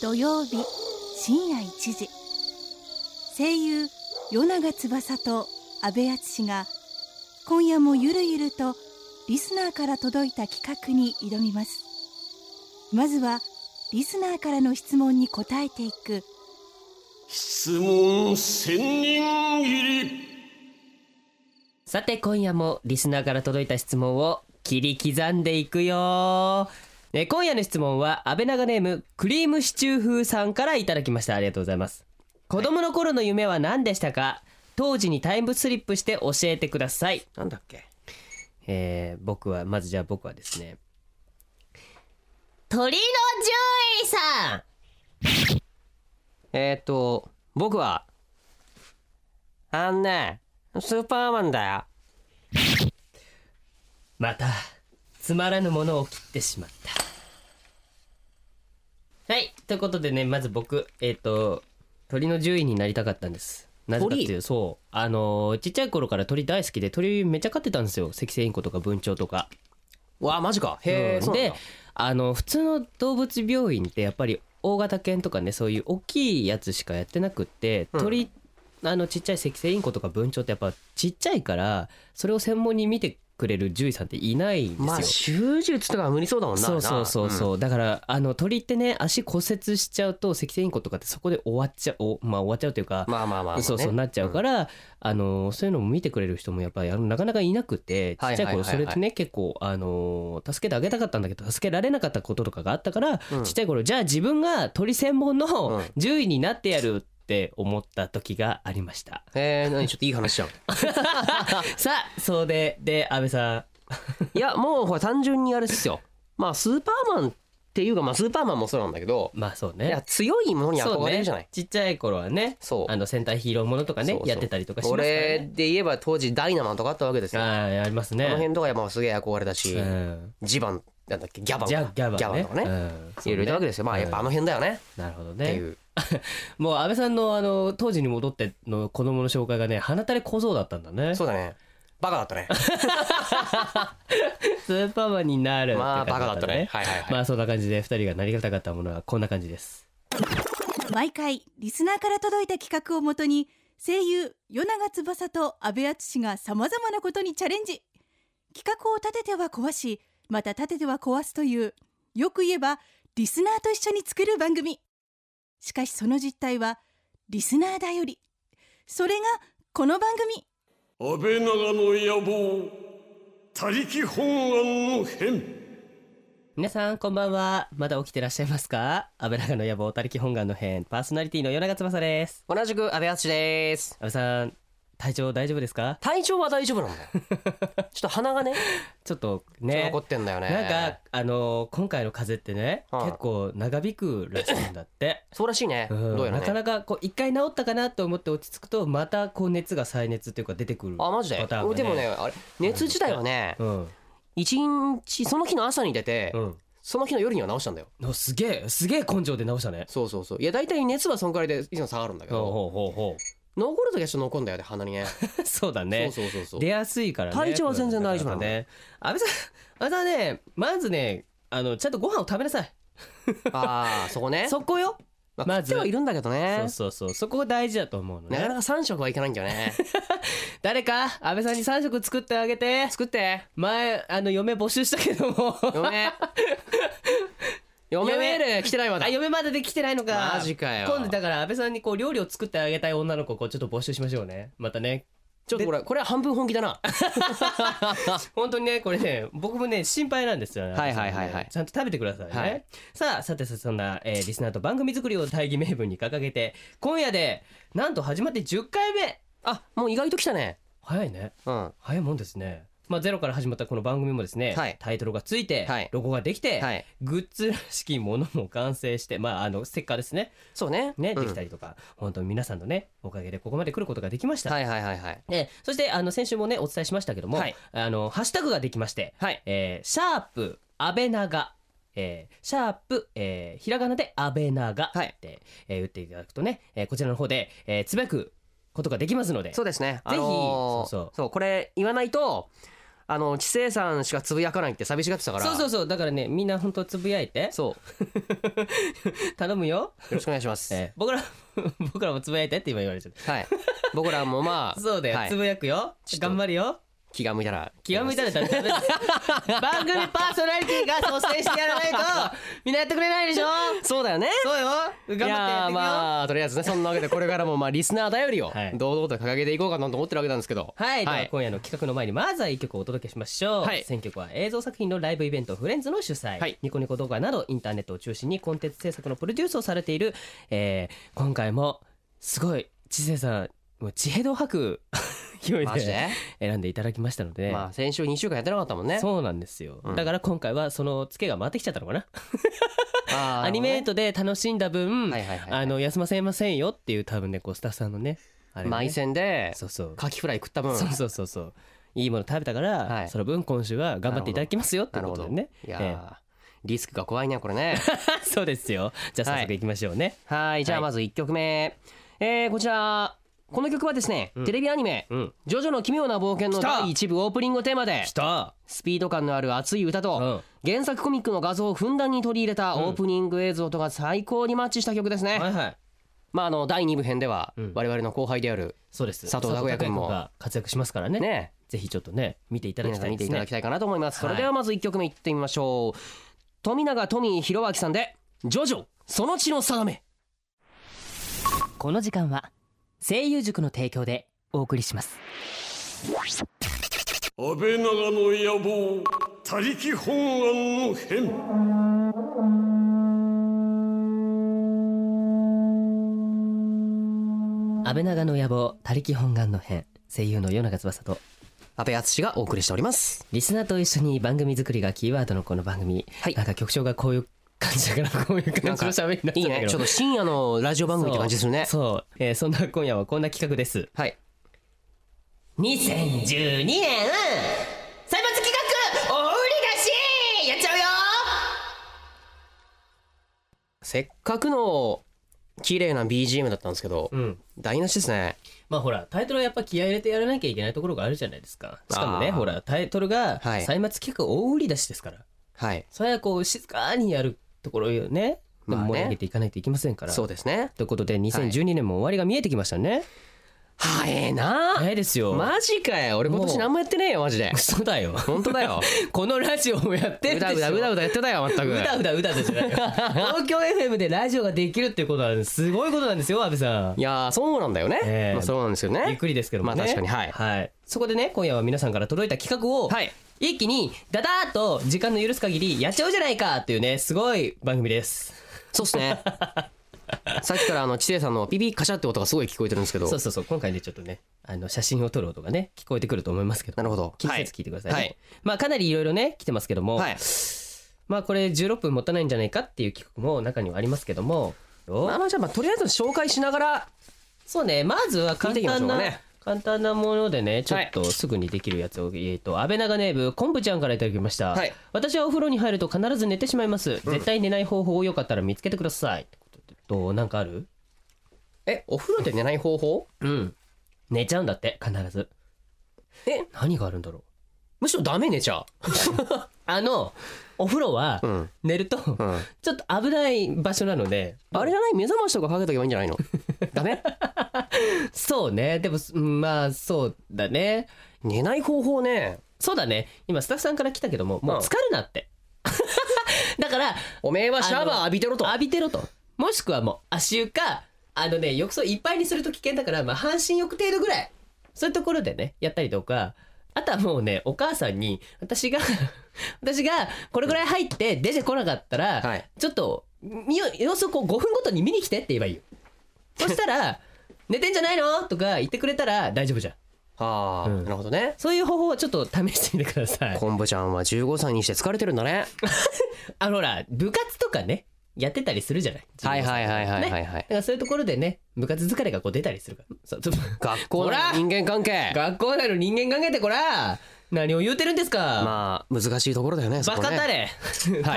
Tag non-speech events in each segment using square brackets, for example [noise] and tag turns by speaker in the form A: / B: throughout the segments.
A: 土曜日深夜1時声優与永翼と阿部淳が今夜もゆるゆるとリスナーから届いた企画に挑みますまずはリスナーからの質問に答えていく
B: 質問千人切り
C: さて今夜もリスナーから届いた質問を切り刻んでいくよ、ね、今夜の質問は安倍長ネームクリームシチュー風さんからいただきましたありがとうございます子供の頃の夢は何でしたか、当時にタイムスリップして教えてくださいなんだっけえー、僕はまずじゃあ僕はですね鳥の獣医さんえっ、ー、と僕はあんねスーパーマンだよまたつまらぬものを切ってしまったはいということでねまず僕えっ、と鳥の獣医になりたかったんですなぜかっていうそうあのーちっちゃい頃から鳥大好きで鳥めっちゃ飼ってたんですよ赤星インコとか文鳥とか
D: わあマジかへえ、
C: うんであの普通の動物病院ってやっぱり大型犬とかねそういう大きいやつしかやってなくって
D: うん
C: 鳥、あのちっちゃい赤星インコとか文鳥ってやっぱちっちゃいからそれを専門に見てくれる獣医さんっていないんですよ。
D: まあ手術とかは無理そうだもんな
C: そうそうそうそう、だからあの鳥ってね足骨折しちゃうと赤星インコとかってそこで終わっちゃおまあ終わっちゃうというか、
D: うんまあまあまあまあね、
C: そうそうなっちゃうから、あのそういうのも見てくれる人もやっぱりあのなかなかいなくてち
D: はい
C: っちゃい
D: はいはいは
C: 頃
D: い
C: それでね結構あの助けてあげたかったんだけど助けられなかったこととかがあったから、
D: うん
C: ちっちゃい頃じゃあ自分が鳥専門
D: う
C: の
D: ん
C: 獣医になってやるって思った時がありました、
D: へえ何ちょっといい話じゃん
C: さあそうでで安倍さん
D: いやもうほら単純にあれっすよまあスーパーマンっていうかまあスーパーマンもそうなんだけど
C: まあそう
D: い
C: ね
D: や強いものに
C: そう
D: 憧れるじゃない
C: ね、ちっちゃい頃はね
D: そう,、
C: あの戦隊ヒーローものとかね
D: そうそう
C: やってたりとかしますから
D: 俺
C: ね
D: で言えば当時ダイナマンとかあったわけですよ、
C: あああります
D: この
C: ね
D: 辺とかやっぱすげえ憧れたし、
C: うん
D: ジバンなんだっけギャバン
C: じゃあギャバね
D: とかね、
C: うん
D: いろいろいたわけですよまあやっぱあの辺だよね、
C: なるほど
D: って
C: ね
D: いう
C: もう安倍さんのあの当時に戻っての子供の紹介がね鼻たれ小僧だったんだね
D: そうだねバカだったね
C: スーパーマンになる
D: まあバカだったね
C: て感
D: はいはい
C: じま
D: はい、
C: あそんな感じで二人がなりたかったものはこんな感じです
A: 毎回リスナーから届いた企画をもとに声優与永翼と阿部淳がさまざまなことにチャレンジ企画を立てては壊しまた立てては壊すというよく言えばリスナーと一緒に作る番組しかしその実態はリスナーだよりそれがこの番組
B: 安倍長の野望他力本願の変
C: 皆さんこんばんはまだ起きてらっしゃいますか安倍長の野望たりき本願の編パーソナリティの与永翼です
D: 同じく安倍淳です
C: 安倍さん体調大丈夫ですか
D: 体調は大丈夫
C: [laughs]
D: なんだよちょっと鼻がね
C: ちょっと
D: ちょっと
C: ね
D: 残ってんだよね
C: なんかあの今回の風邪ってね、
D: はい
C: 結構長引くらしいんだって
D: そうらしいね、
C: うん
D: どうやら
C: なか
D: ね
C: なかこう一回治ったかなと思って落ち着くとまたこう熱が再熱というか出てくる
D: あマジで、
C: パターンが
D: でもねあれ熱自体はね
C: うん
D: 一日その日の朝に出て、
C: うん
D: その日の夜には治したんだよ
C: おすげえすげえ根性で治したね
D: そうそうそういや大体熱はそんくらいでいつも下がるんだけ
C: ほう
D: ど
C: ほうほう [laughs] ほ
D: 残る時はちょっと残るんだよね鼻にね
C: うそうだね
D: そうそうそうそう
C: 出やすいからね
D: 体調は全然大丈夫なの
C: これだからね安倍さん安倍さんねまずねあのちゃんとご飯を食べなさい
D: ああそこね
C: そこよ
D: まあ
C: まず
D: 食ってはいるんだけどね
C: そうそうそうそこが大事だと思うの
D: なか
C: ね
D: なか三食はいかないんだよ
C: [laughs]
D: ね
C: 誰か安倍さんに3食作ってあげて
D: 作って
C: 前あの嫁募集したけども
D: 嫁嫁メール来てないまだ
C: あ嫁まだできてないのか
D: マジかよ
C: 今度だから安倍さんにこう料理を作ってあげたい女の子をこうちょっと募集しましょうねまたね
D: ちょっとこれこれは半分本気だな
C: 本当にねこれね僕もね心配なんですよね
D: はいはいはいはい
C: ちゃんと食べてくださいね、
D: はい
C: さあさてさてそんな、えーリスナーと番組作りを大義名分に掲げて今夜でなんと始まって10回目
D: あもう意外と来たね
C: 早いね
D: うんは
C: 早いもんですねまあゼロから始まったこの番組もですね、
D: はい
C: タイトルがついて、
D: はい
C: ロゴができて、
D: い
C: グッズらしきものも完成してまああのステッカーですね
D: そうね
C: ね、
D: うん
C: できたりとか本当に皆さんのねおかげでここまで来ることができました、
D: はいはいはいはい
C: でそしてあの先週もねお伝えしましたけども、
D: はい
C: あのハッシュタグができまして「
D: はい
C: えーシャープ安倍長」えーシャープ、えーひらがなで安倍長って、
D: はい
C: えー打っていただくとね、えーこちらの方で、えーつぶやくことができますので
D: そうですね。
C: ぜひ
D: あのー
C: そうそう
D: これ言わないと、あの知性さんしかつぶやかないって寂しがってたから
C: そうそううそうだからねみんな本当つぶやいて
D: そう
C: 頼むよ、
D: よろしくお願いします、
C: えー僕ら [laughs] 僕らもつぶやいてって今言われちゃっ
D: はい僕らもまあ
C: た [laughs] そうだよ、
D: はい
C: つぶやくよ
D: ちょっと
C: 頑張るよ
D: 気が向いたら
C: 極めたらダ [laughs] メです番組パーソナリティが率先してやらない [laughs] とみんなやってくれないでしょ
D: そうだよね
C: そうよ頑張って
D: い
C: や
D: や
C: って
D: ー
C: いくよ、
D: まあとりあえずねそんなわけでこれからも
C: [laughs]
D: まあリスナー頼りを
C: はい
D: 堂々と掲げていこうかなと思ってるわけなんですけど
C: はい、で
D: は
C: はい今夜の企画の前にまずは一曲をお届けしましょう、
D: はい
C: 選曲は映像作品のライブイベントフレンズの主催、
D: はい
C: ニコニコ動画などインターネットを中心にコンテンツ制作のプロデュースをされている、えー今回もすごい知世さんもう地平道吐く [laughs] 勢い
D: マジ
C: で
D: で
C: 選んでいただきましたので、
D: まあ先週2週間やってなかったもんね
C: そうなんですよ、
D: うん
C: だから今回はそのツケが回ってきちゃったのかな
D: あー
C: アニメートで楽しんだ分、
D: はいはいはい
C: あの休ませませんよっていう多分ねこうスタッフさんのねあれね
D: 埋線で
C: そうそう
D: カキフライ食った分
C: そうそうそうそういいもの食べたから、
D: はい
C: その分今週は頑張っていただきますよって
D: なる
C: こ
D: ほ
C: と
D: ど
C: でね
D: いや
C: え
D: ーリスクが怖いねこれ
C: [laughs]
D: ね
C: えそうですよじゃあ早速いきましょうね、
D: はいじゃあまず1曲目えーこちらこの曲はですねテレビアニメ
C: うん
D: 「ジョジョの奇妙な冒険」の
C: 来た
D: 第1部オープニングテーマで
C: きた
D: スピード感のある熱い歌と原作コミックの画像をふんだんに取り入れたオープニング映像とが最高にマッチした曲ですね
C: はいはい
D: まああの第2部編では
C: うん
D: 我々の後輩である
C: そうです
D: 佐藤拓也君も
C: 佐藤が活躍しますからね
D: ね
C: ぜひちょっとね見ていただ
D: 皆
C: き
D: さ
C: た
D: ん
C: い
D: 見
C: で
D: てい
C: す
D: ただ
C: ね
D: きたいかなと思いますそ
C: はい
D: れではまず1曲目いってみましょう富永富弘明さんで「ジョジョその血の定め
C: この時間は声優塾の提供でお送りします
B: 安倍長の野望他力本願の変
C: 安倍長の野望他力本願の編声優の与永翼と」
D: 阿部淳がお送りしております
C: リスナーと一緒に番組作りがキーワードのこの番組、
D: はい
C: なんか局長がこういう感じだからこういう感じの喋りになっ
D: い
C: ち
D: い
C: ゃったけ
D: ねちょ
C: ど
D: っと深夜のラジオ番組って感じするね
C: そうそう、えーそんな今夜はこんな企画です
D: はい
C: 2012年歳末企画大売り出しやっちゃうよ
D: せっかくの綺麗な BGM だったんですけど
C: うん
D: 台無しですね
C: まあほらタイトルはやっぱ気合い入れてやらなきゃいけないところがあるじゃないですかしかもね
D: あー
C: ほらタイトルが
D: は
C: 歳
D: い
C: 末企画大売り出しですから、
D: はい
C: それはこう静かにやるところをねでも
D: まあ
C: 盛
D: ね
C: り上げていかないといけませんから、
D: そうですね
C: ということで2012年も終わりが見えてきましたね、
D: 早えな
C: 早いですよ
D: マジかよ俺今年何もやってねえよマジで
C: 嘘だよ
D: 本当だよ
C: このラジオもやってる
D: う
C: でし
D: だ
C: ょ
D: うだうだうだやってたよ全く
C: うだうだうだでじゃないよ東京 FM でラジオができるっていうことはすごいことなんですよ安部さん
D: いやーそうなんだよね、
C: ええ
D: まあ、そうなんですよ
C: びっ
D: ね
C: くりですけどもね
D: まあ確かにはい
C: そこでね今夜は皆さんから届いた企画を、
D: はい
C: 一気にダダーッと時間の許す限りやっちゃおうじゃないかっていうねすごい番組です
D: そうっす
C: [laughs]
D: ねさっきからあの知恵さんのピピカシャって音がすごい聞こえてるんですけど
C: そうそうそう今回ねちょっとねあの写真を撮る音がね聞こえてくると思いますけど
D: なるほど
C: 気にせず聞いてくださいね、
D: はい
C: まあかなりいろいろね来てますけども、
D: はい
C: まあこれ16分持たないんじゃないかっていう企画も中にはありますけどもお
D: まあまあじゃあまあとりあえず紹介しながら
C: そうねまずは簡
D: 聞いていきましょ
C: 単
D: うか
C: な、
D: ね
C: 簡単なものでねちょっとすぐにできるやつを、えっと安倍長ネーブ昆布ちゃんからいただきました、
D: はい
C: 私はお風呂に入ると必ず寝てしまいます、絶対寝ない方法をよかったら見つけてくださいってことでどうなんかある
D: えお風呂で寝ない方法
C: うん寝ちゃうんだって必ず
D: え
C: 何があるんだろう
D: むしろダメ寝ちゃ
C: [laughs] あのお風呂は
D: ううん、
C: 寝ると、
D: うん、
C: ちょっと危ない場所なので
D: あれじゃない目覚ましとかかけとけばいいんじゃないのダメ
C: そうねでもうんまあそうだね
D: 寝ない方法ね
C: そうだね今スタッフさんから来たけどももう疲るなって、 [laughs] だから
D: おめえはシャワー浴びてろと
C: 浴びてろともしくはもう足湯かあのね浴槽いっぱいにすると危険だから、まあ、半身浴程度ぐらいそういうところでねやったりとかあとはもうねお母さんに私が [laughs] 私がこれぐらい入って出てこなかったら、
D: はい
C: ちょっとみよ様子をこう5分ごとに見に来てって言え
D: [laughs]
C: ばいいよそしたら「寝てんじゃないの?」とか言ってくれたら大丈夫じゃん
D: ああ、
C: うん
D: なるほどね
C: そういう方法をちょっと試してみてください
D: 昆布ちゃんは15歳にして疲れてるんだね
C: あのほら部活とかねやってたりするじゃない
D: はいはいはいはいは
C: ね
D: いはい、
C: だからそういうところでね部活疲れがこう出たりするからそうちょっと [laughs]
D: 学校
C: ほら
D: の人間関係
C: 学校内の人間関係でこら何を言うてるんですか、
D: まあ難しいところだよねそ
C: バ
D: こ
C: カ
D: ね
C: たれ、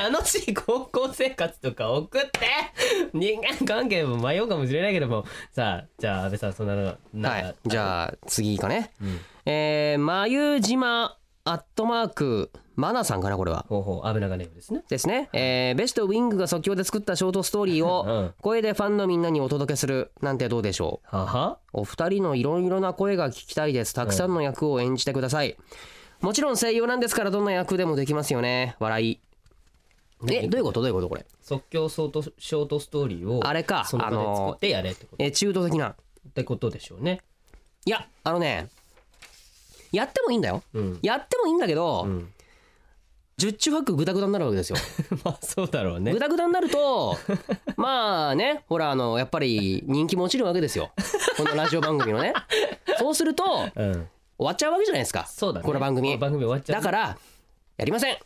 C: 楽しい高校生活とか送って [laughs] 人間関係も迷うかもしれないけどもさあじゃあ安倍さんそんなのな
D: はい、じ
C: あ
D: ゃあ次かね、
C: ん
D: えー、眉島アットマークマナさんかなこれは
C: ほうほう安倍長ネームですね
D: ですね、えーベストウィングが即興で作ったショートストーリー
C: う
D: を
C: ん
D: 声でファンのみんなにお届けするなんてどうでしょう
C: はは
D: お二人のいろいろな声が聞きたいですたくさんの役を演じてください、もちろん声優なんですからどんな役でもできますよね笑いえどういうことどういうことこれ
C: 即興ショートショートストーリーを
D: あれか
C: その場で作ってやれってこと,、
D: えー中途的な
C: ってことでしょうね [laughs]
D: いやあのねやってもいいんだよ
C: うん、
D: やってもいいんだけど、
C: うん、
D: 十中八九グダグダになるわけですよ
C: まあそうだろうね
D: グダグダになると [laughs] まあねほらあのやっぱり人気も落ちるわけです
C: [laughs]
D: よこのラジオ番組のねそうすると終
C: うん
D: わっちゃうわけじゃないですか
C: そうだね
D: この番組
C: 番組終わっちゃ
D: だ
C: う
D: からやりません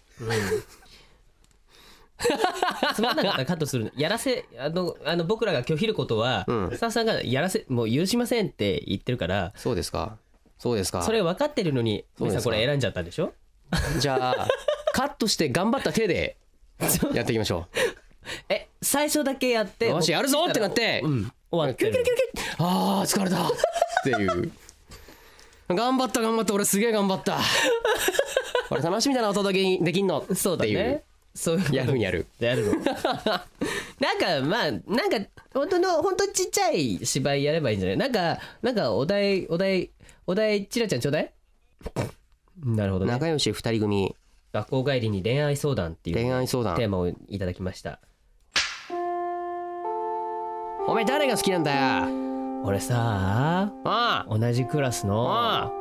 C: つまんなかったらカットするのやらせあのあの僕らが拒否ることは、
D: うん
C: スタッフさんがやらせもう許しませんって言ってるから
D: そうですかそうですか
C: それ分かってるのに
D: そう
C: 皆
D: です
C: さ
D: か
C: んこれ選んじゃったんでしょ
D: [laughs] じゃあカットして頑張った手でやっていきましょ
C: え最初だけやって
D: うよしやるぞってなって、
C: うん終わってる
D: キュルキュルキュルキュルあー疲れたっていう頑張った頑張った俺すげえ頑張った俺楽しみだなお届けできんの
C: そうだ
D: っていう
C: ねそういうこと
D: やるんやる [laughs]
C: やるのなんかまあなんか本当の本当ちっちゃい芝居やればいいんじゃないなんかなんかお題お題お題ちらちゃんちょうだい
D: [laughs]
C: なるほどね
D: 仲良し二人組
C: 学校帰りに恋愛相談っていう
D: 恋愛相
C: テー
D: 談
C: マをいただきました
D: お前誰が好きなんだよ
C: 俺さ
D: あ
C: 同じクラス
D: あ
C: の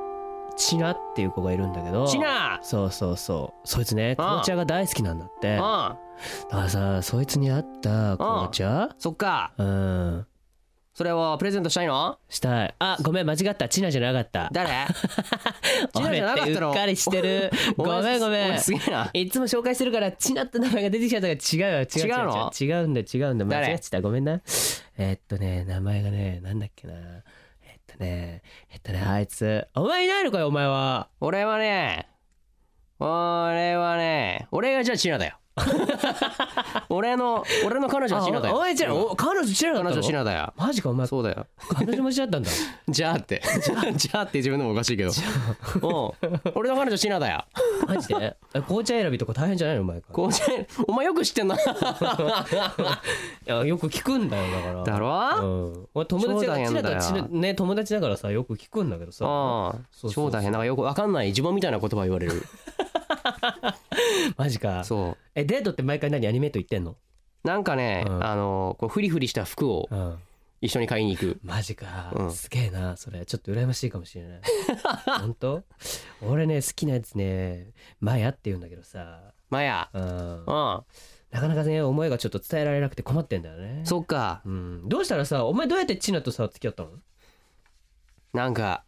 C: チナっていう子がいるんだけど
D: チナ
C: そうそうそうそいつね
D: あ
C: 紅茶が大好きなんだって
D: あ
C: だか
D: あ
C: らさそいつに合った紅茶
D: そっか
C: うん
D: それをプレゼントしたいの
C: したいあごめん間違ったチナじゃなかった
D: 誰チ
C: チ
D: ナ
C: ナ
D: じ
C: じ
D: ゃな
C: ゃな
D: か
C: か
D: っ
C: っ
D: の
C: たたのうっかりしてる
D: [laughs] お前
C: [laughs] ごめんご
D: お
C: めん
D: 前すげえない
C: つも紹介してるからチナって名前が出てきちゃったから違うよ違う
D: 違うの
C: 違う違うんだよ違うんだよ
D: 誰
C: 間違ってたごめんなえーっとね名前がねなんだっけなえっとねえっとねあいつお前いないのかよお前は
D: 俺はね俺はね俺がじゃあチナ
C: [laughs]
D: だよ俺の俺の彼女はチナだ
C: あ
D: よ
C: お前じゃ
D: うん
C: お彼女知らなか
D: 彼女
C: ったの
D: チナだよ
C: マジかお [laughs] 前
D: そうだよ
C: 彼女も知ら [laughs] なかったんだ
D: じゃあってじゃあ [laughs] じゃあって自分でもおかしいけどうん俺の彼女シナだ
C: [laughs]
D: よ
C: マジでえ紅茶選びとか大変じゃないのお前から
D: こうじゃお前よく知ってんな
C: いやよく聞くんだよだから
D: だろ
C: うん俺友達が
D: 超
C: チ
D: 大変
C: ナ
D: だよ
C: とチナね友達だからさよく聞くんだけどさ
D: うん
C: そうそうそう
D: 超大変なんかよくわかんない呪文みたいな言葉言われる
C: マジか
D: そ
C: えデートって毎回何アニメート言ってんの、
D: うなんかね、
C: うん
D: あのこうフリフリした服を
C: うん、
D: 一緒に買いに行く
C: マジか、
D: うん
C: すげえなそれちょっと羨ましいかもしれない [laughs] 本当俺ね好きなやつねマヤって言うんだけどさ、
D: マヤ
C: うん
D: う、ん
C: なかなかね思いがちょっと伝えられなくて困ってんだよね
D: そっか
C: うん、どうしたらさお前どうやってチナとさ付き合ったの
D: なんか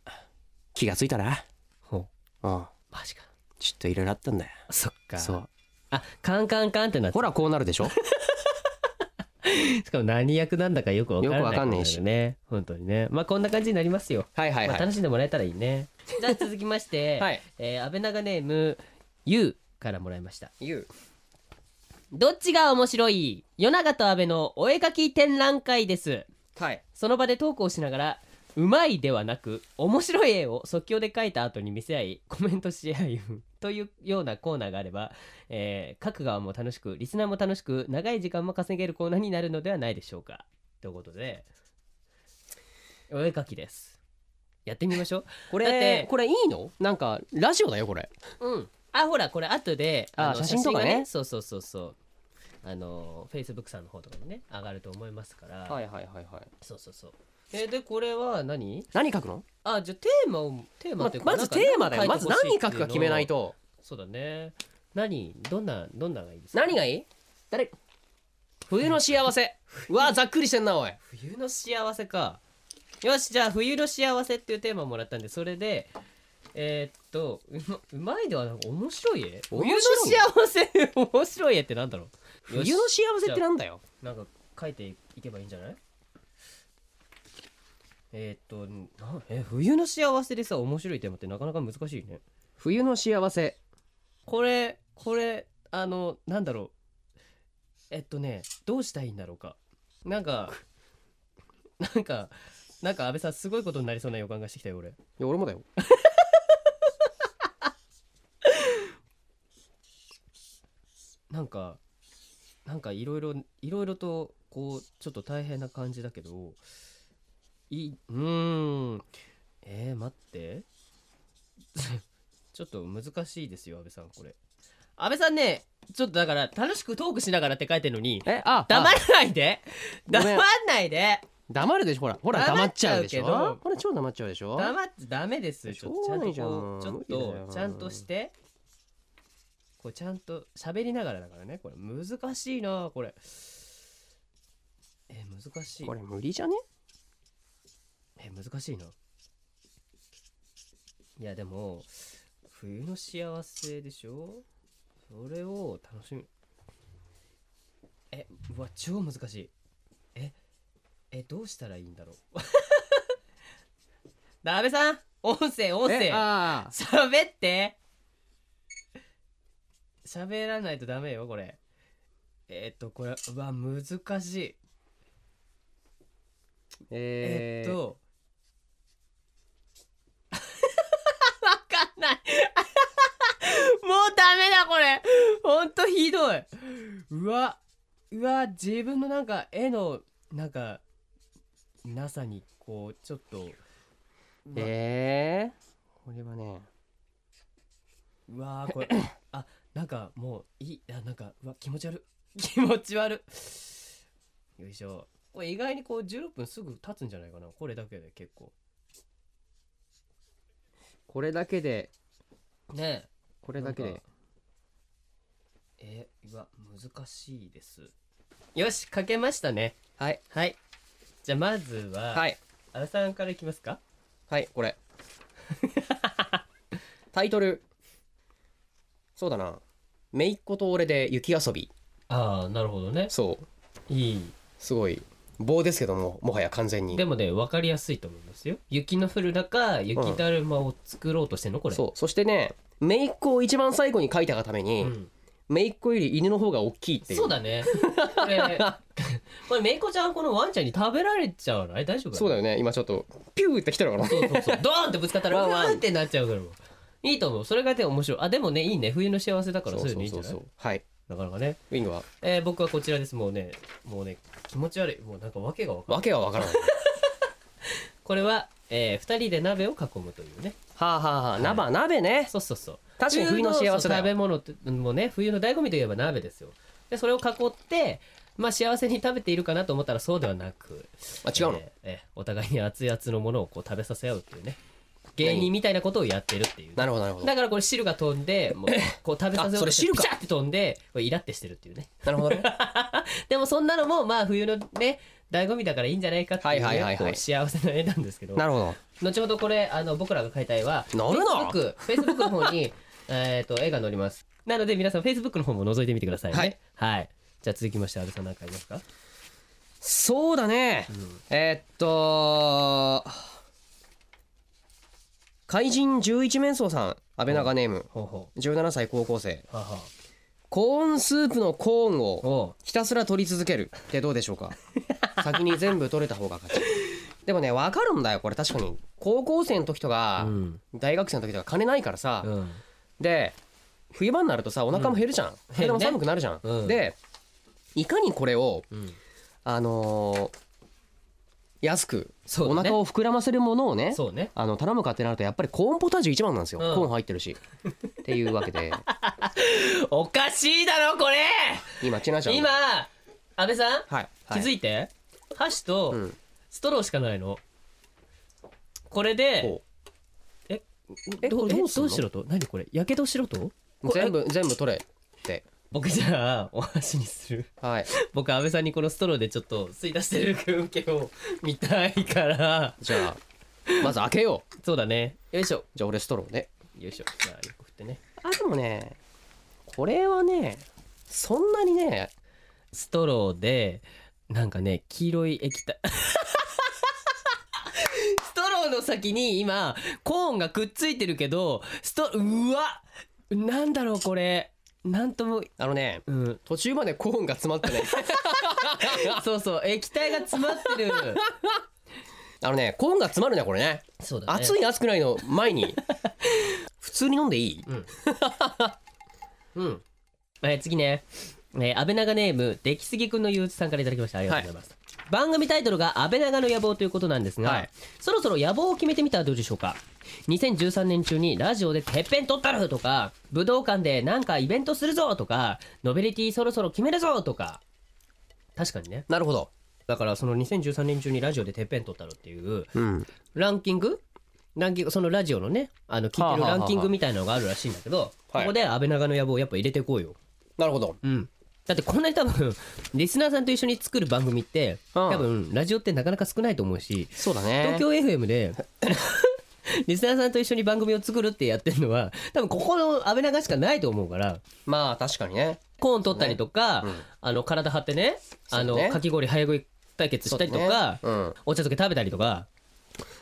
D: 気がついたな
C: ほ
D: うん
C: マジか
D: ちょっといろいろあったんだよ
C: そっか
D: そう
C: あカンカンカンってなって
D: ほらこうなるでし
C: [laughs]
D: ょ
C: しかも何役なんだかよくわからない
D: よくわかんねえし
C: ね本当にねまあこんな感じになりますよ、
D: はいはい
C: ま
D: は
C: あ、
D: い、
C: 楽しんでもらえたらいいねじゃあ続きまして、
D: [laughs] はい
C: えー、安倍長ネーム YOU からもらいました
D: 言う
C: どっちが面白い夜長と阿部のお絵描き展覧会です
D: はい
C: その場でトークをしながらうまいではなく面白い絵を即興で描いた後に見せ合いコメントし合いという [laughs] ようなコーナーがあれば、えー、各側も楽しくリスナーも楽しく長い時間も稼げるコーナーになるのではないでしょうかということでお絵描きですやってみましょう
D: こ
C: だって
D: れこれいいのなんかラジオだよこれ [laughs]
C: うんあほらこれ後で
D: あ
C: の
D: 写真とかね
C: がそうそうそうそうあのフェイスブックさんの方とかもね上がると思いますから、
D: いはいはいはい
C: そうそうそうえーでこれは何
D: 何書くの
C: あじゃあテーマをテーマ
D: ま
C: っていうか
D: ま
C: なん
D: ず
C: か
D: テーマだよ
C: な
D: ま
C: ん
D: ず
C: 書いてほし
D: 何
C: って
D: 書
C: う
D: く
C: の
D: か決めないと
C: そうだね何どんなどんなのがいいですか
D: 何がいい誰冬の幸せうわざっくりしてんなおい
C: 冬の幸せかよしじゃあ冬の幸せっていうテーマをもらったんでそれでえーっとうまうまいではなんか面白い絵冬の
D: 面白い
C: 幸せ面白い絵ってなんだろう
D: 冬の幸せってなんだよ
C: なんか書いていけばいいんじゃないえーっとなえ冬の幸せでさ面白いテーマってなかなか難しいね
D: 冬の幸せ
C: これこれあのなんだろうえっとねどうしたらいいんだろうかなんかなんかなんか安倍さんすごいことになりそうな予感がしてきたよ俺
D: いや俺もだよ
C: なんかなんかいろいろいろいろとこうちょっと大変な感じだけどいうーんえー、待って [laughs] ちょっと難しいですよ安倍さんこれ安倍さんねちょっとだから楽しくトークしながらって書いてるのに
D: えあ
C: 黙
D: あ
C: らないで
D: ごめ
C: 黙
D: ん
C: んないで
D: 黙るでしょほらほら
C: 黙っ
D: 黙っちゃうでし
C: ちゃうけ
D: ょ
C: ど
D: ほら超黙っちゃうでしょ
C: 黙ってダメですよちょっと
D: し
C: ち
D: ょ
C: ゃ
D: うんが
C: と
D: ないじゃん
C: こうちょっ
D: 無理だよ
C: とちゃんとしてこうちゃんと喋りながらだからねこれ難しいなこれえ難しい
D: これ無理じゃね
C: え難しいないやでも冬の幸せでしょそれを楽しむえうわ超難しいええどうしたらいいんだろう [laughs] なべさん音声音
D: え
C: 声
D: あー
C: 喋って喋らないとダメよこれえーっとこれうわ難しいえ
D: え
C: ー
D: ー
C: っと。わかんない。 [laughs] もうダメだこれ。ほんとひどい。うわ、うわ、自分のなんか絵の、なんか、なさに、こう、ちょっと、
D: えーこれはね
C: うわー [coughs] これ、あ、なんかもう、いい、あ、なんか、うわ、気持ち悪い。 [laughs] 気持ち悪い。よいしょ。これ意外にこう16分すぐ経つんじゃないかな。これだけで結構。
D: これだけで
C: ねえ。
D: これだけ
C: なん
D: で
C: かえーうわ難しいですよし書けましたね
D: はい
C: はいじゃあまずは、
D: はい
C: 安倍さんからいきますか
D: はいこ [laughs] れタイトルそうだな「めいっ子と俺で雪遊び
C: ああなるほど」ね
D: そう
C: いい
D: すごい棒ですけどももはや完全に
C: でもね分かりやすいと思いますよ雪の降る中雪だるまを作ろうとしてんのこれ
D: そうそしてねめいっ子を一番最後に書いたがため
C: う
D: に、
C: ん、
D: めいっ子より犬の方が大きいっていう
C: そうだねこ [laughs] れこれめいこちゃんこのワンちゃんに食べられちゃうのあれ大丈夫かな
D: そうだよね今ちょっとピューって来てるから
C: そうそうそうドーンってぶつかったら
D: ワン
C: う
D: ワン
C: わーってなっちゃうからもういいと思うそれがでも面白いあでもねいいね冬の幸せだからそういうのいいんじゃない
D: はい
C: なかなかね
D: ウィングは
C: えー僕はこちらですもうねもうね気持ち悪いもうなんか訳が分かんない
D: わけはわからない
C: これは、え2人で鍋を囲むというね
D: はあはあはあ鍋鍋ね
C: そうそうそう
D: 確かに冬の幸せだよ
C: 冬のそう食べ物ってもうね冬の醍醐味といえば鍋ですよでそれを囲ってまあ幸せに食べているかなと思ったらそうではなく
D: あ違うの
C: えーえーお互いに熱々のものをこう食べさせ合うっていうね芸人みたいなことをやってるっていう
D: なるほどなるほど
C: だからこれ汁が飛んでもうこう食べさせようと
D: あそれ汁か
C: ピシャって飛んでこれイラってしてるっていうね
D: なるほどね
C: でもそんなのもまあ冬のね醍醐味だからいいんじゃないかっていうね、
D: はいはいはいはい
C: こう幸せな絵なんですけ
D: [laughs]
C: ど
D: なるほど
C: 後ほどこれあの僕らが描いた絵は
D: 乗るな
C: Facebook, Facebook の
D: [laughs]
C: 方にえーと絵が載りますなので皆さん Facebook の方も覗いてみてくださいね
D: はい、
C: はいじゃあ続きまして阿部さん何かありますか
D: そうだね、えーっと怪人十一面相さん安倍長ネーム
C: ほうほ
D: 17歳高校生
C: うはあは
D: コーンスープのコーン
C: あ
D: を
C: おう
D: ひたすら取り続けるってどうでしょう
C: [laughs]
D: か先に全部取れた方が勝ちでもね分かるんだよこれ確かに高校生の時とか、
C: うん
D: 大学生の時とか金ないからさ、
C: うん
D: で冬場になるとさお腹も減るじゃん、体も
C: 減るね
D: 寒くなるじゃん、
C: うん
D: でいかにこれを
C: うん
D: あのー安く、
C: そう
D: お
C: だね
D: 腹を膨らませるものをね
C: そうね
D: あの頼むかってなるとやっぱりコーンポタージュ一番なんですよ、
C: うん
D: コーン入ってるしっていうわけで
C: おかしいだろこれ
D: 今ちなちゃん
C: [laughs] 今阿部さん、
D: はい、
C: 気づ
D: い
C: いて箸と
D: うん
C: ストローしかないのこれで、
D: こえ
C: えど
D: これど
C: うえど
D: う
C: う
D: すんの
C: しろと何これやけどしろと
D: う全部全部取れって
C: 僕じゃあお箸にする [laughs]
D: はい
C: 僕安倍さんにこのストローでちょっと吸い出してる風景を見たいから
D: じゃあまず開けよう
C: そうだねよいしょ
D: じゃあ俺ストローね
C: よいしょじゃあよく振ってね
D: あでもねこれはねそんなにね
C: ストローでなんかね黄色い液体 [laughs] ストローの先に今コーンがくっついてるけどストうわなんだろうこれなんとも
D: あのね
C: うん
D: 途中までコーンが詰ま [laughs] ってね
C: そうそう液体が詰まってる
D: あのねコーンが詰まるねこれね
C: [laughs] そうだね
D: 熱い熱くないの [laughs] 前に普通に飲んでいい
C: うんえー次ね、えー、安倍長ネーム出来すぎくんの憂鬱さんからいただきましたありがとうございます、番組タイトルが「安倍長の野望」ということなんですが、
D: はい
C: そろそろ野望を決めてみたらどうでしょうか2013年中にラジオで「てっぺん取ったる!」とか「武道館でなんかイベントするぞ!」とか「ノベリティそろそろ決めるぞ!」とか確かにね
D: なるほど
C: だからその2013年中にラジオで「てっぺん取ったる!」っていう
D: うん
C: ランキングランキングそのラジオのねあの聞いてる
D: はあはあはあ
C: ランキングみたいなのがあるらしいんだけど
D: は
C: こ
D: い
C: こで安倍長の野望をやっぱ入れてこうよ
D: なるほど
C: うん、だってこんなに多分リスナーさんと一緒に作る番組って、多分ラジオってなかなか少ないと思うし
D: そうだね
C: 東京 FM で [laughs] リスナーさんと一緒に番組を作るってやってるのは多分ここの安倍長しかないと思うから
D: まあ確かにね
C: コーン取ったりとか、あの体張ってねあ
D: そ
C: の
D: うね
C: かき氷早食い対決したりとか、
D: そうねうん
C: お茶漬け食べたりとか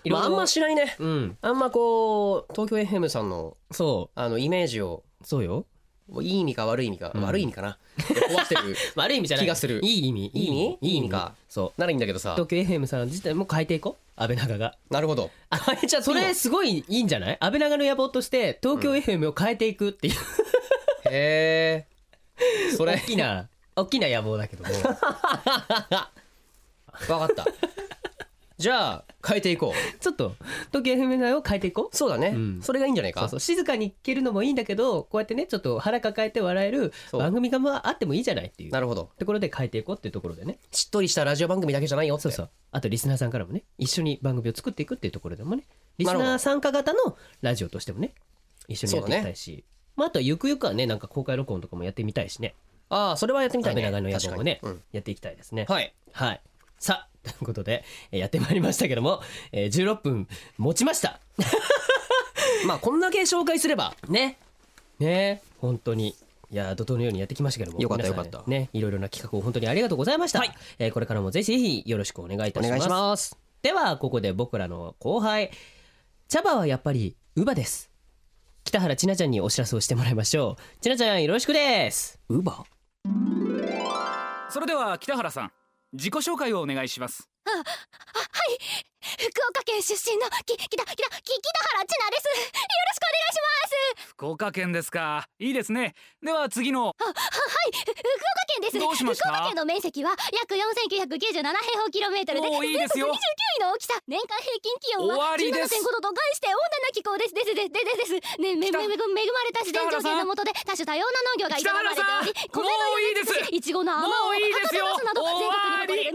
C: い
D: ま
C: ろい
D: あ
C: ろ
D: あんましないね
C: うん
D: あんまこう東京 FM さんの
C: そ
D: あのイメージを
C: うそうよ
D: いい意味か悪い意味か、悪い意味かな壊して [laughs] る
C: 悪い意味じゃない
D: 気がする
C: いい意味
D: いい意味
C: いい意味
D: か
C: そう
D: ならいいんだけどさ
C: 東京 FM さん自体も変えていこう安倍長が。
D: なるほど
C: あじゃあそれすごいいいんじゃない安倍長の野望として東京 FM を変えていくっていう、
D: へえそ
C: 大
D: れ
C: きな大きな野望だけどもち
D: 分かったじゃあ変えていこう
C: ょっと東京 FM 内を変えていこう
D: そうだね、
C: うん
D: それがいいんじゃないか
C: そうそう静かに聞けるのもいいんだけどこうやってねちょっと腹抱えて笑える
D: そう
C: 番組がまああってもいいじゃないっていう
D: なるほど
C: ところで変えていこうっていうところでね
D: しっとりしたラジオ番組だけじゃないよって
C: そうそうあとリスナーさんからもね一緒に番組を作っていくっていうところでもねリス
D: なるほ
C: ナー
D: ど
C: 参加型のラジオとしてもね一緒にやっていきたいし、まあ、あとはゆくゆくはねなんか公開録音とかもやってみたいしね
D: ああそれはやってみたい
C: 安
D: ね
C: 倍長の野望もね、
D: 確かに
C: やっていきたいですね
D: うんはい
C: はい。さあ、ということで、えーやってまいりましたけども、えー16分持ちました。
D: [laughs] まあこんだけ紹介すれば
C: ね。ね本当に。いやー怒涛のようにやってきましたけども
D: よかった
C: 皆さん
D: よかった
C: ねいろいろな企画を本当にありがとうございました、えーこれからもぜひぜひよろしくお願いいたします
D: ます
C: ではここで僕らの後輩茶葉はやっぱりウバです北原千奈ちゃんにお知らせをしてもらいましょう千奈ちゃんよろしくです
D: ウーバ
E: それでは北原さん自己紹介をお願いします
F: 福岡県出身のききだきだき北原千奈ですよろしくお願いします
E: 福岡県ですかいいですねでは次の
F: ふ福岡県です
E: どうしました
F: 福岡県の面積は約4997平方キロメートルで
E: おーいいですよ
F: 全国29位の大きさ年間平均気温は
E: 終わりです
F: 17.5度と概して温暖な気候ですですですですですねめめ
E: 北
F: めめ恵まれた自然条件の下で多種多様な農業が営
E: 北
F: ま
E: 原
F: れて
E: さん
F: おり
E: も
F: 米の
E: ういいです
F: いちごの甘
E: もう
F: お
E: い
F: う
E: いですよ
F: 赤玉など
E: 終わり
F: 全国に誇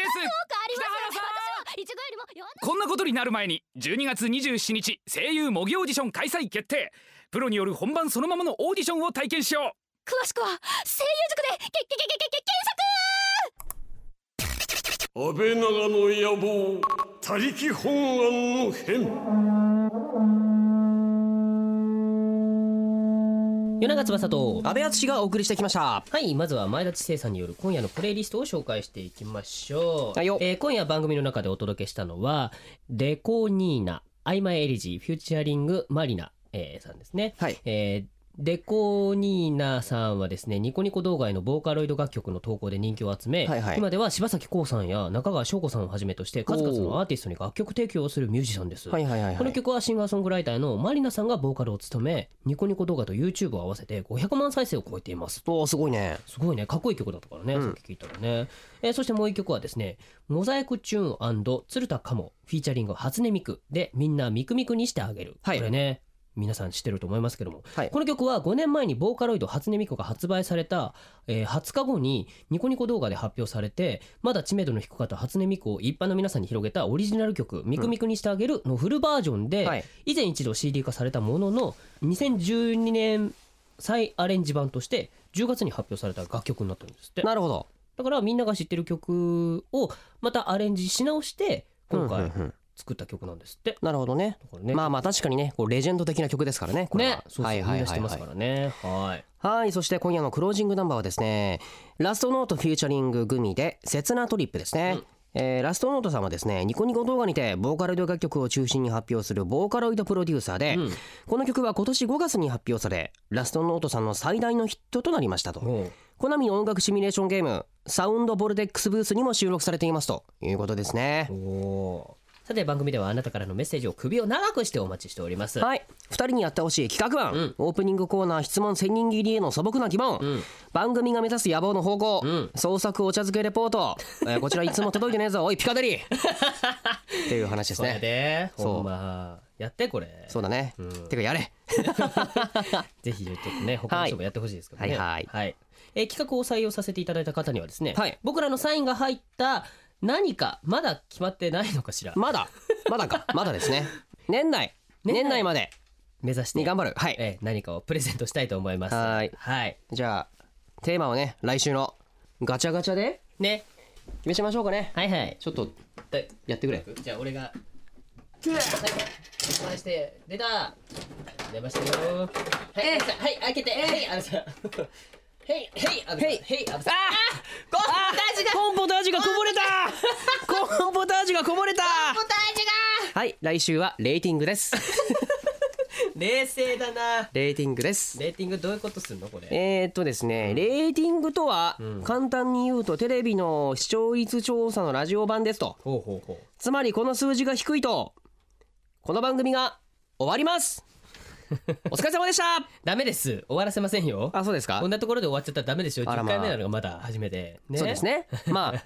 E: 終わり
F: れる
E: です
F: 多くありま
E: 北
F: す
E: 原
F: 私はいちごよりも弱な
E: こんなことになる前に12月27日声優模擬オーディション開催決定プロによる本番そのままのオーディションを体験しよ
F: 詳しくは声優塾でけけけけけ検索
B: 安倍長の野望他力本願の変
C: 夜長翼と
D: 安倍敦がお送りしてきました
C: はいまずは前田知世さんによる今夜のプレイリストを紹介していきましょう、
D: はいよ
C: えー今夜番組の中でお届けしたのはデコニーナアイマイエリジーフューチャリングマリナ、えーさんですね、
D: はい
C: えーデコニーナさんはですねニコニコ動画へのボーカロイド楽曲の投稿で人気を集め、
D: はいはい
C: 今では柴咲コウさんや中川翔子さんをはじめとして数々のアーティストに楽曲提供をするミュージシャンです、
D: はいはいはい
C: こ
D: は
C: の
D: い
C: 曲はシンガーソングライターのマリナさんがボーカルを務めニコニコ動画と YouTube を合わせて500万再生を超えています
D: おーすごいね
C: すごいねかっこいい曲だったからね、
D: うん
C: さっき聞いたらね、えーそしてもう一曲はですね「モザイクチューン鶴田かも」フィーチャリング初音ミクで「みんなミクミクにしてあげる」
D: はい
C: これね皆さん知ってると思いますけども、
D: はい
C: この曲は5年前にボーカロイド初音ミクが発売された、えー20日後にニコニコ動画で発表されてまだ知名度の低かった初音ミクを一般の皆さんに広げたオリジナル曲「ミクミクにしてあげる」のフルバージョンで、
D: はい
C: 以前一度 CD 化されたものの2012年再アレンジ版として10月に発表された楽曲になってるんですって
D: なるほど
C: だからみんなが知ってる曲をまたアレンジし直して今
D: うんう
C: 回
D: んうん
C: 作った曲なんですって、
D: なるほどね
C: だからね
D: まあまあ確かにねこうレジェンド的な曲ですからねこれは
C: ねそうそう、
D: はいはい
C: みんな知っ
D: はい
C: てま
D: は
C: す
D: い
C: からねはい
D: はいそして今夜のクロージングナンバーはですねラストノートフューチャリンググミで「刹那トリップ」ですね、えーラストノートさんはですねニコニコ動画にてボーカロイド楽曲を中心に発表するボーカロイドプロデューサーで、
C: うん
D: この曲は今年5月に発表されラストノートさんの最大のヒットとなりましたと、
C: もう
D: コナミの音楽シミュレーションゲームサウンドボルテックスブースにも収録されていますということですね
C: おーさて番組ではあなたからのメッセージを首を長くしてお待ちしております
D: はい2人にやってほしい企画案、オープニングコーナー質問千人切りへの素朴な疑問、番組が目指す野望の方向、
C: ん
D: 創作お茶漬けレポート、えーこちらいつも届いてねえ
C: [laughs]
D: ぞおいピカデリーっていう話です
C: それ
D: ね
C: で
D: そう
C: ほんまやってこれ
D: そうだね、てかやれ
C: ぜひちょっとね他の人もやってほしいですけどね
D: はいはい
C: えー企画を採用させていただいた方にはですね、
D: はい
C: 僕らのサインが入った何かまだ決まってないのかしら、
D: まだまだかまだです
C: [laughs]
D: ね年内
C: 年内
D: 年内まで
C: 目指して
D: に頑張るはい、
C: えー何かをプレゼントしたいと思います
D: はい
C: はい
D: じゃあテーマをね来週のガチャガチャで
C: ね
D: 決めちゃいましょうかね
C: はいはい
D: ちょっと
C: だ
D: やってくれ
C: じゃあ俺がはい出まして出た出ましたよはい、えー、はい開けてはいあのさん [laughs] はいはいあのさんはいあのさん
D: コーンポタージュがコーンポタージュがこぼれ
C: [laughs]
D: たコーンポタージュがこぼれたはい来週はレーティングです
C: [laughs] 冷静だな
D: レーティングです
C: レーティングどういうことすんのこれ
D: えー、っとですねレーティングとは簡単に言うとテレビの視聴率調査のラジオ版ですと
C: ほうほうほう
D: つまりこの数字が低いとこの番組が終わります
C: [laughs]
D: お疲れ様でした
C: ダメです終わらせませんよ
D: あそうですか
C: こんなところで終わっちゃったらダメでしょ
D: あら
C: 10
D: まあ
C: 回目なのがまだ初めてね
D: そうですね。ま
C: [laughs]
D: あ。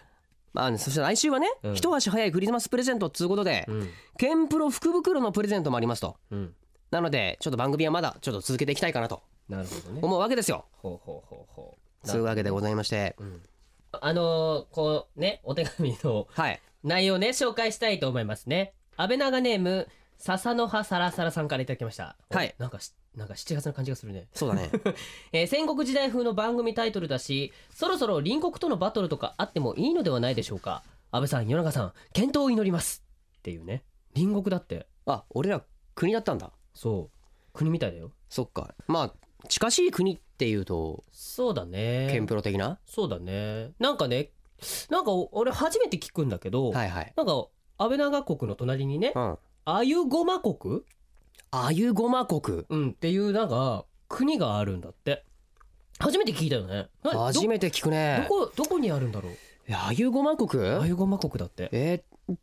D: まあ、そして来週はね、
C: うん
D: 一足早いクリスマスプレゼントっつうことで、
C: うん
D: ケンプロ福袋のプレゼントもありますと
C: うん
D: なのでちょっと番組はまだちょっと続けていきたいかなと
C: なるほどね
D: 思うわけですよ。
C: ほうほうほうほう
D: そういうわけでございまして、
C: あのーこうねお手紙の
D: はい
C: 内容ね紹介したいと思いますね安倍長ネーム笹の葉サラサラさんからいただきました
D: はい
C: おなんかしなんか7月の感じがするね
D: そうだね
C: えー戦国時代風の番組タイトルだしそろそろ隣国とのバトルとかあってもいいのではないでしょうか安倍さん与永さん健闘を祈りますっていうね隣国だって
D: あ俺ら国だったんだ
C: そう国みたいだよ
D: そっかまあ近しい国っていうと
C: そうだね
D: ケンプロ的な、
C: そうだねなんかねなんかお俺初めて聞くんだけど、
D: はいはい。
C: なんか安倍長国の隣にね
D: うん、
C: あゆごま国、
D: あゆごま国
C: うん、っていうなんか国があるんだって初めて聞いたよねなど
D: 初めて聞く
C: ど
D: ね
C: こどこにあるんだろう
D: えあゆごま国
C: あゆごま国だって
D: えー、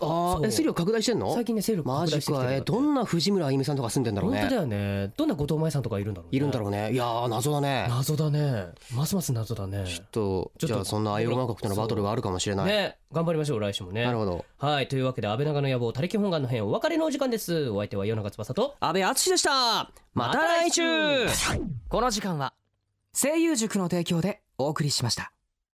D: あ
C: そう
D: ーえ水量拡大してんの
C: 最近ね勢力
D: マ
C: 拡
D: ジ
C: 大してきて
D: か
C: る
D: え
C: んだって
D: どんな藤村あゆみさんとか住んでんだろう
C: 本当だ
D: ね
C: よねどんな後藤舞さんとかいるんだろう、ね、
D: いるんだろうねいやー謎だね
C: 謎だねますます謎だね
D: ちょっと
C: ちょっと
D: じゃあそんなあゆま国とのバトルがあるかもしれない、
C: ね頑張りましょう来週もね
D: なるほど
C: はいというわけで安倍長の野望他力本願の編お別れのお時間ですお相手は与永翼と
D: 安倍敦でしたまた来週
C: また来
D: この時間は声優塾の提供でお送りしました